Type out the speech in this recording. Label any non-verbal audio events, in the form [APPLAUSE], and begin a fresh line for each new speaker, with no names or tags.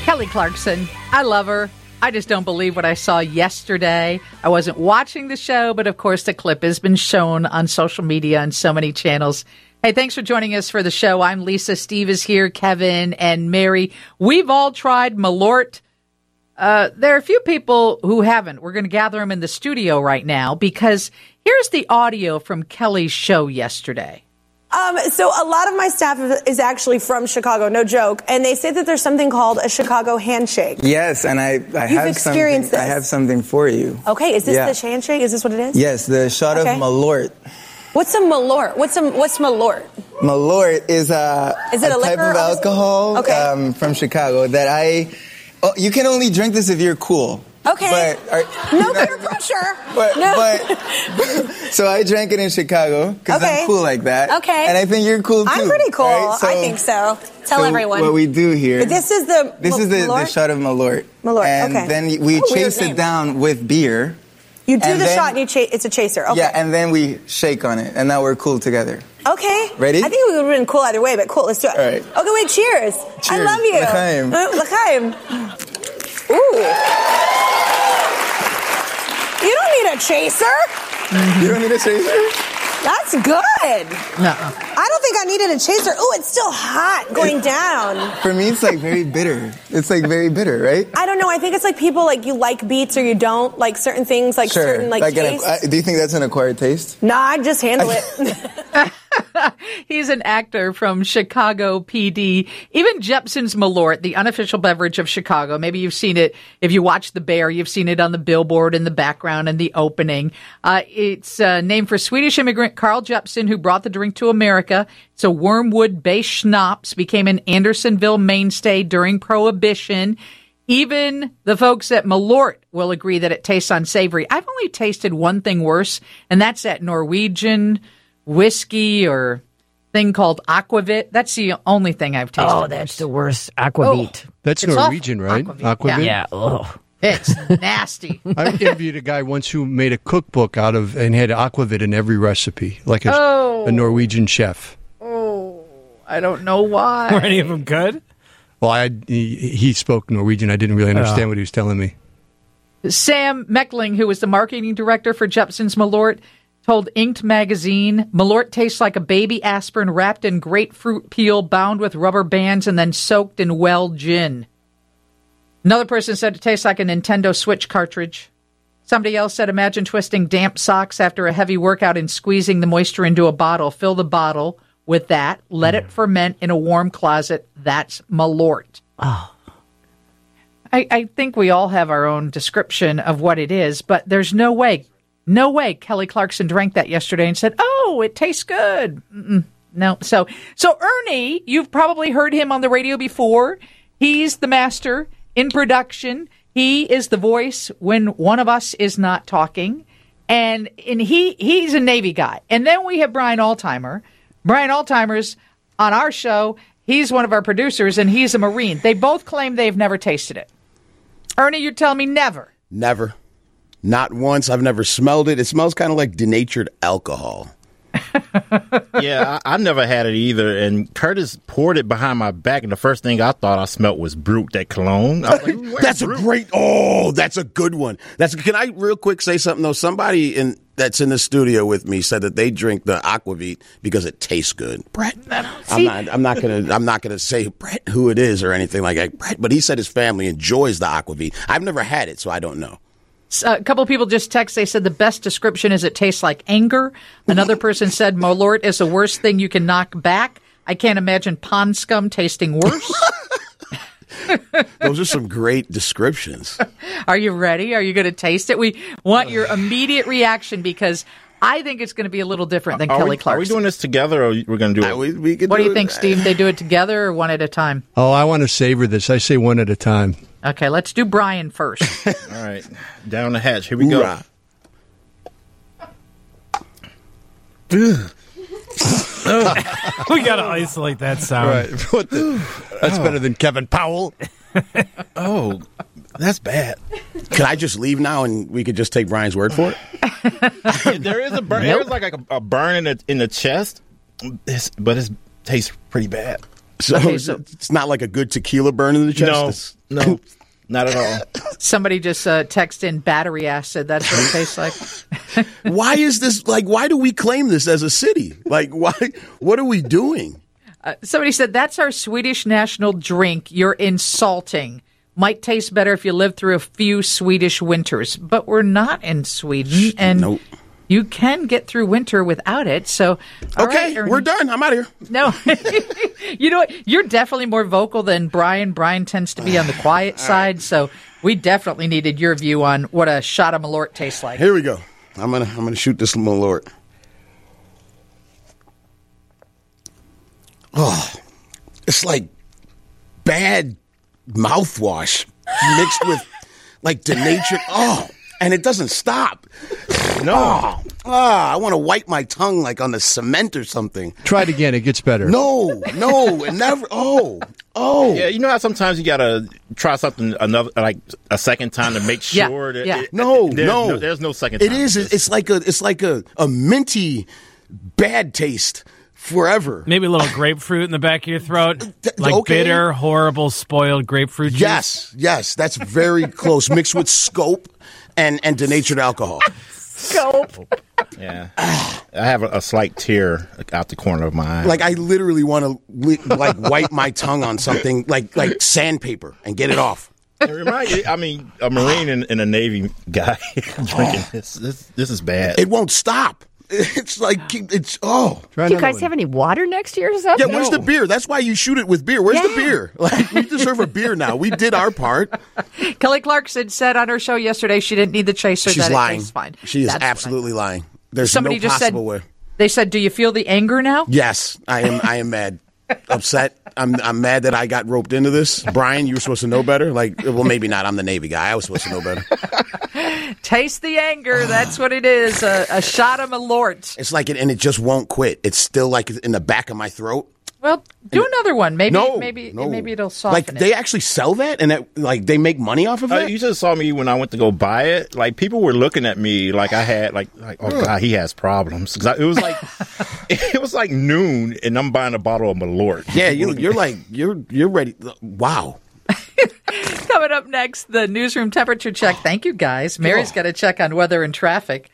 Kelly Clarkson. I love her. I just don't believe what I saw yesterday. I wasn't watching the show, but of course, the clip has been shown on social media on so many channels. Hey, thanks for joining us for the show. I'm Lisa. Steve is here, Kevin and Mary. We've all tried Malort. Uh, there are a few people who haven't. We're going to gather them in the studio right now because here's the audio from Kelly's show yesterday.
Um, so a lot of my staff is actually from Chicago, no joke, and they say that there's something called a Chicago handshake.
Yes, and I, I
You've
have something.
experienced
I
this.
have something for you.
Okay, is this
Yeah.
the handshake? Is this what it is?
Yes, the shot
Okay.
of Malort.
What's a malort? What's a what's malort?
Malort is a
Is it a
type
liquor
of
or-
alcohol
Okay.
um, from Chicago that I. Oh, you can only drink this if you're cool.
Okay.
But are, [LAUGHS]
no peer pressure.
But,
no.
but [LAUGHS] so I drank it in Chicago because
Okay.
I'm cool like that.
Okay.
And I think you're cool too.
I'm pretty cool.
right? So-
I think so. Tell
so
everyone.
What we do here.
But this is the
This
ma-
is the, the
malort?
shot of Malort.
Malort,
And
okay.
then we
What a weird
chase
name.
it down with beer.
You do
and
the
then-
shot and you chase. It's a chaser. Okay.
Yeah, and then we shake on it, and now we're cool together.
okay.
Ready?
I think we would have been cool either way, but cool. Let's do it.
All right.
Okay. Wait. Cheers. I
Cheers.
love you.
L'chaim.
Uh, L'chaim. Ooh. You don't need a chaser.
You don't need a chaser.
That's good.
Uh-uh.
I don't think I needed a chaser. Ooh, it's still hot going down.
For me, it's like very bitter. It's like very bitter, right?
I don't know. I think it's like people like you like beats or you don't like certain things, like certain like,
an-
tastes.
I- do you think that's an acquired taste?
nah, I just handle [LAUGHS] it.
He's an actor from Chicago PD. Even Jepson's Malort, the unofficial beverage of Chicago. Maybe you've seen it if you watch The Bear. You've seen it on the billboard in the background and the opening. Uh, it's uh, named for Swedish immigrant Carl Jepson, who brought the drink to America. It's a wormwood-based schnapps. Became an Andersonville mainstay during Prohibition. Even the folks at Malort will agree that it tastes unsavory. I've only tasted one thing worse, and that's that Norwegian whiskey or thing called aquavit. That's the only thing I've tasted.
Oh, that's the worst aquavit.
Oh.
That's
It's
Norwegian,
awful.
right?
Aquavit,
Yeah.
yeah.
Oh.
It's nasty.
I interviewed a guy once who made a cookbook out of and had aquavit in every recipe, like a, a Norwegian chef.
I don't know
Were
why.
any of them good? [LAUGHS]
Well, I he, he spoke Norwegian. I didn't really understand what he was telling me.
Sam Meckling, who was the marketing director for Jepson's Malort, told Inked magazine, Malort tastes like a baby aspirin wrapped in grapefruit peel, bound with rubber bands, and then soaked in well gin. Another person said it tastes like a Nintendo Switch cartridge. Somebody else said, imagine twisting damp socks after a heavy workout and squeezing the moisture into a bottle. Fill the bottle with that. Let it ferment in a warm closet. That's Malort. Oh. I, I think we all have our own description of what it is, but there's no way, no way Kelly Clarkson drank that yesterday and said, oh, it tastes good. No. So, so Ernie, you've probably heard him on the radio before. He's the master in production. He is the voice when one of us is not talking. And and he he's a Navy guy. And then we have Brian Altimer. Brian Altimer's on our show. He's one of our producers and he's a Marine. They both claim they've never tasted it. Ernie, you're telling me never.
Never. Not once. I've never smelled it. It smells kind of like denatured alcohol.
yeah, I, I've never had it either. And Curtis poured it behind my back, and the first thing I thought I smelt was brute that cologne. I was [LAUGHS] like, "Where's
That's a
Brute?"
great. Oh, that's a good one. That's. Can I real quick say something though? Somebody in that's in the studio with me said that they drink the aquavit because it tastes good. Brett, I'm not. I'm not gonna. I'm not gonna say Brett who it is or anything like that. Brett, but he said his family enjoys the aquavit. I've never had it, so I don't know.
uh, a couple people just text. They said the best description is it tastes like anger. Another person said Malort is the worst thing you can knock back. I can't imagine pond scum tasting
[LAUGHS]
worse.
Those are some great
[LAUGHS]
descriptions.
Are you ready? Are you going to taste it? We want
[SIGHS]
your immediate reaction because I think it's going to be a little different than
Are
Kelly
we,
Clarkson.
Are we doing this together, or we're going to do
I
it?
would- we could
what do you
it-
think, Steve? They do it together or one at a time?
Oh, I want to savor this. I say one at a time.
Okay, let's do Brian
[LAUGHS]
first.
All right, down the hatch. Here we go. [LAUGHS]
Hoorah.
We gotta isolate that sound.
What the- that's better than Kevin Powell.
Oh, that's bad.
Could I just leave now and we could just take Brian's word for it?
[LAUGHS] there is a burn. There's like a, a burn in the, in the chest, It's- but it tastes pretty bad.
So,
Okay, so-
it's not like a good tequila burn in the chest.
No,
It's-
no, not at all.
Somebody just uh, texted in battery acid. That's what it tastes like.
[LAUGHS]
[LAUGHS]
Why is this like? Why do we claim this as a city? Like, why? What are we doing?
Somebody said that's our Swedish national drink. You're insulting. Might taste better if you live through a few Swedish winters, but we're not in Sweden, and
nope.
you can get through winter without it. So, all
Okay,
right, Ernie.
we're done. I'm out of here.
No, [LAUGHS] you know what? You're definitely more vocal than Brian. Brian tends to
[SIGHS]
be on the quiet side, so we definitely needed your view on what a shot of Malort tastes like.
Here we go. I'm gonna I'm gonna shoot this malort. Oh, it's like bad mouthwash mixed with like denatured. Oh, and it doesn't stop. No. Oh, ah, I want to wipe my tongue like on the cement or something.
Try it again. It gets better.
No, no, and never. Oh, oh.
Yeah, you know how sometimes you gotta try something another like a second time to make
Yeah,
sure that
yeah.
it-
No,
there's
no.
there's no second.
It
time.
is. It's it's like a. It's like a, a minty, bad taste forever.
Maybe a little grapefruit in the back of your throat,
Uh, Th-
like
okay.
bitter, horrible, spoiled grapefruit juice.
Yes, yes,
[LAUGHS]
that's very close. Mixed with scope and and denatured alcohol.
Yeah, I have a, a slight tear out the corner of my eye.
Like I literally want to li- like wipe my tongue on something like like sandpaper and get it off.
it reminds you, I mean, a marine and, and a navy guy [LAUGHS] drinking this, this. This is bad.
Oh. It won't stop. It's like keep- it's oh.
Try
Do you
another
guys
one.
have any water next to yourself?
Yeah, where's the beer? That's why you shoot it with beer. Where's the
Yeah.
beer? [LAUGHS] Like we deserve a beer now. We did our part.
Kelly Clarkson said on her show yesterday she didn't need the chaser.
She's
that It
lying.
tastes fine.
She is
That's what I-
absolutely lying. There's
Somebody
no
just said
possible way.
they said, "Do you feel the anger now?"
Yes, I am. I am mad, upset. I'm. I'm mad that I got roped into this. Brian, you were supposed to know better. Like, well, maybe not. I'm the Navy guy. I was supposed to know better.
Taste the anger. That's what it is. A, a shot of Malort.
It's like, it, and it just won't quit. It's still like in the back of my throat.
Well, do another one. Maybe
No,
maybe
no.
maybe it'll
Like
soften
they
it.
actually sell that, and that like they make money off of
Uh,
it.
you just saw me when I went to go buy it. Like people were looking at me like I had like like oh god he has problems. 'Cause I- it was like [LAUGHS] it was like noon and I'm buying a bottle of Malort.
yeah, you, you're like you're you're ready. Wow.
Coming up next, the newsroom temperature check. Thank you guys. Mary's got a check on weather and traffic.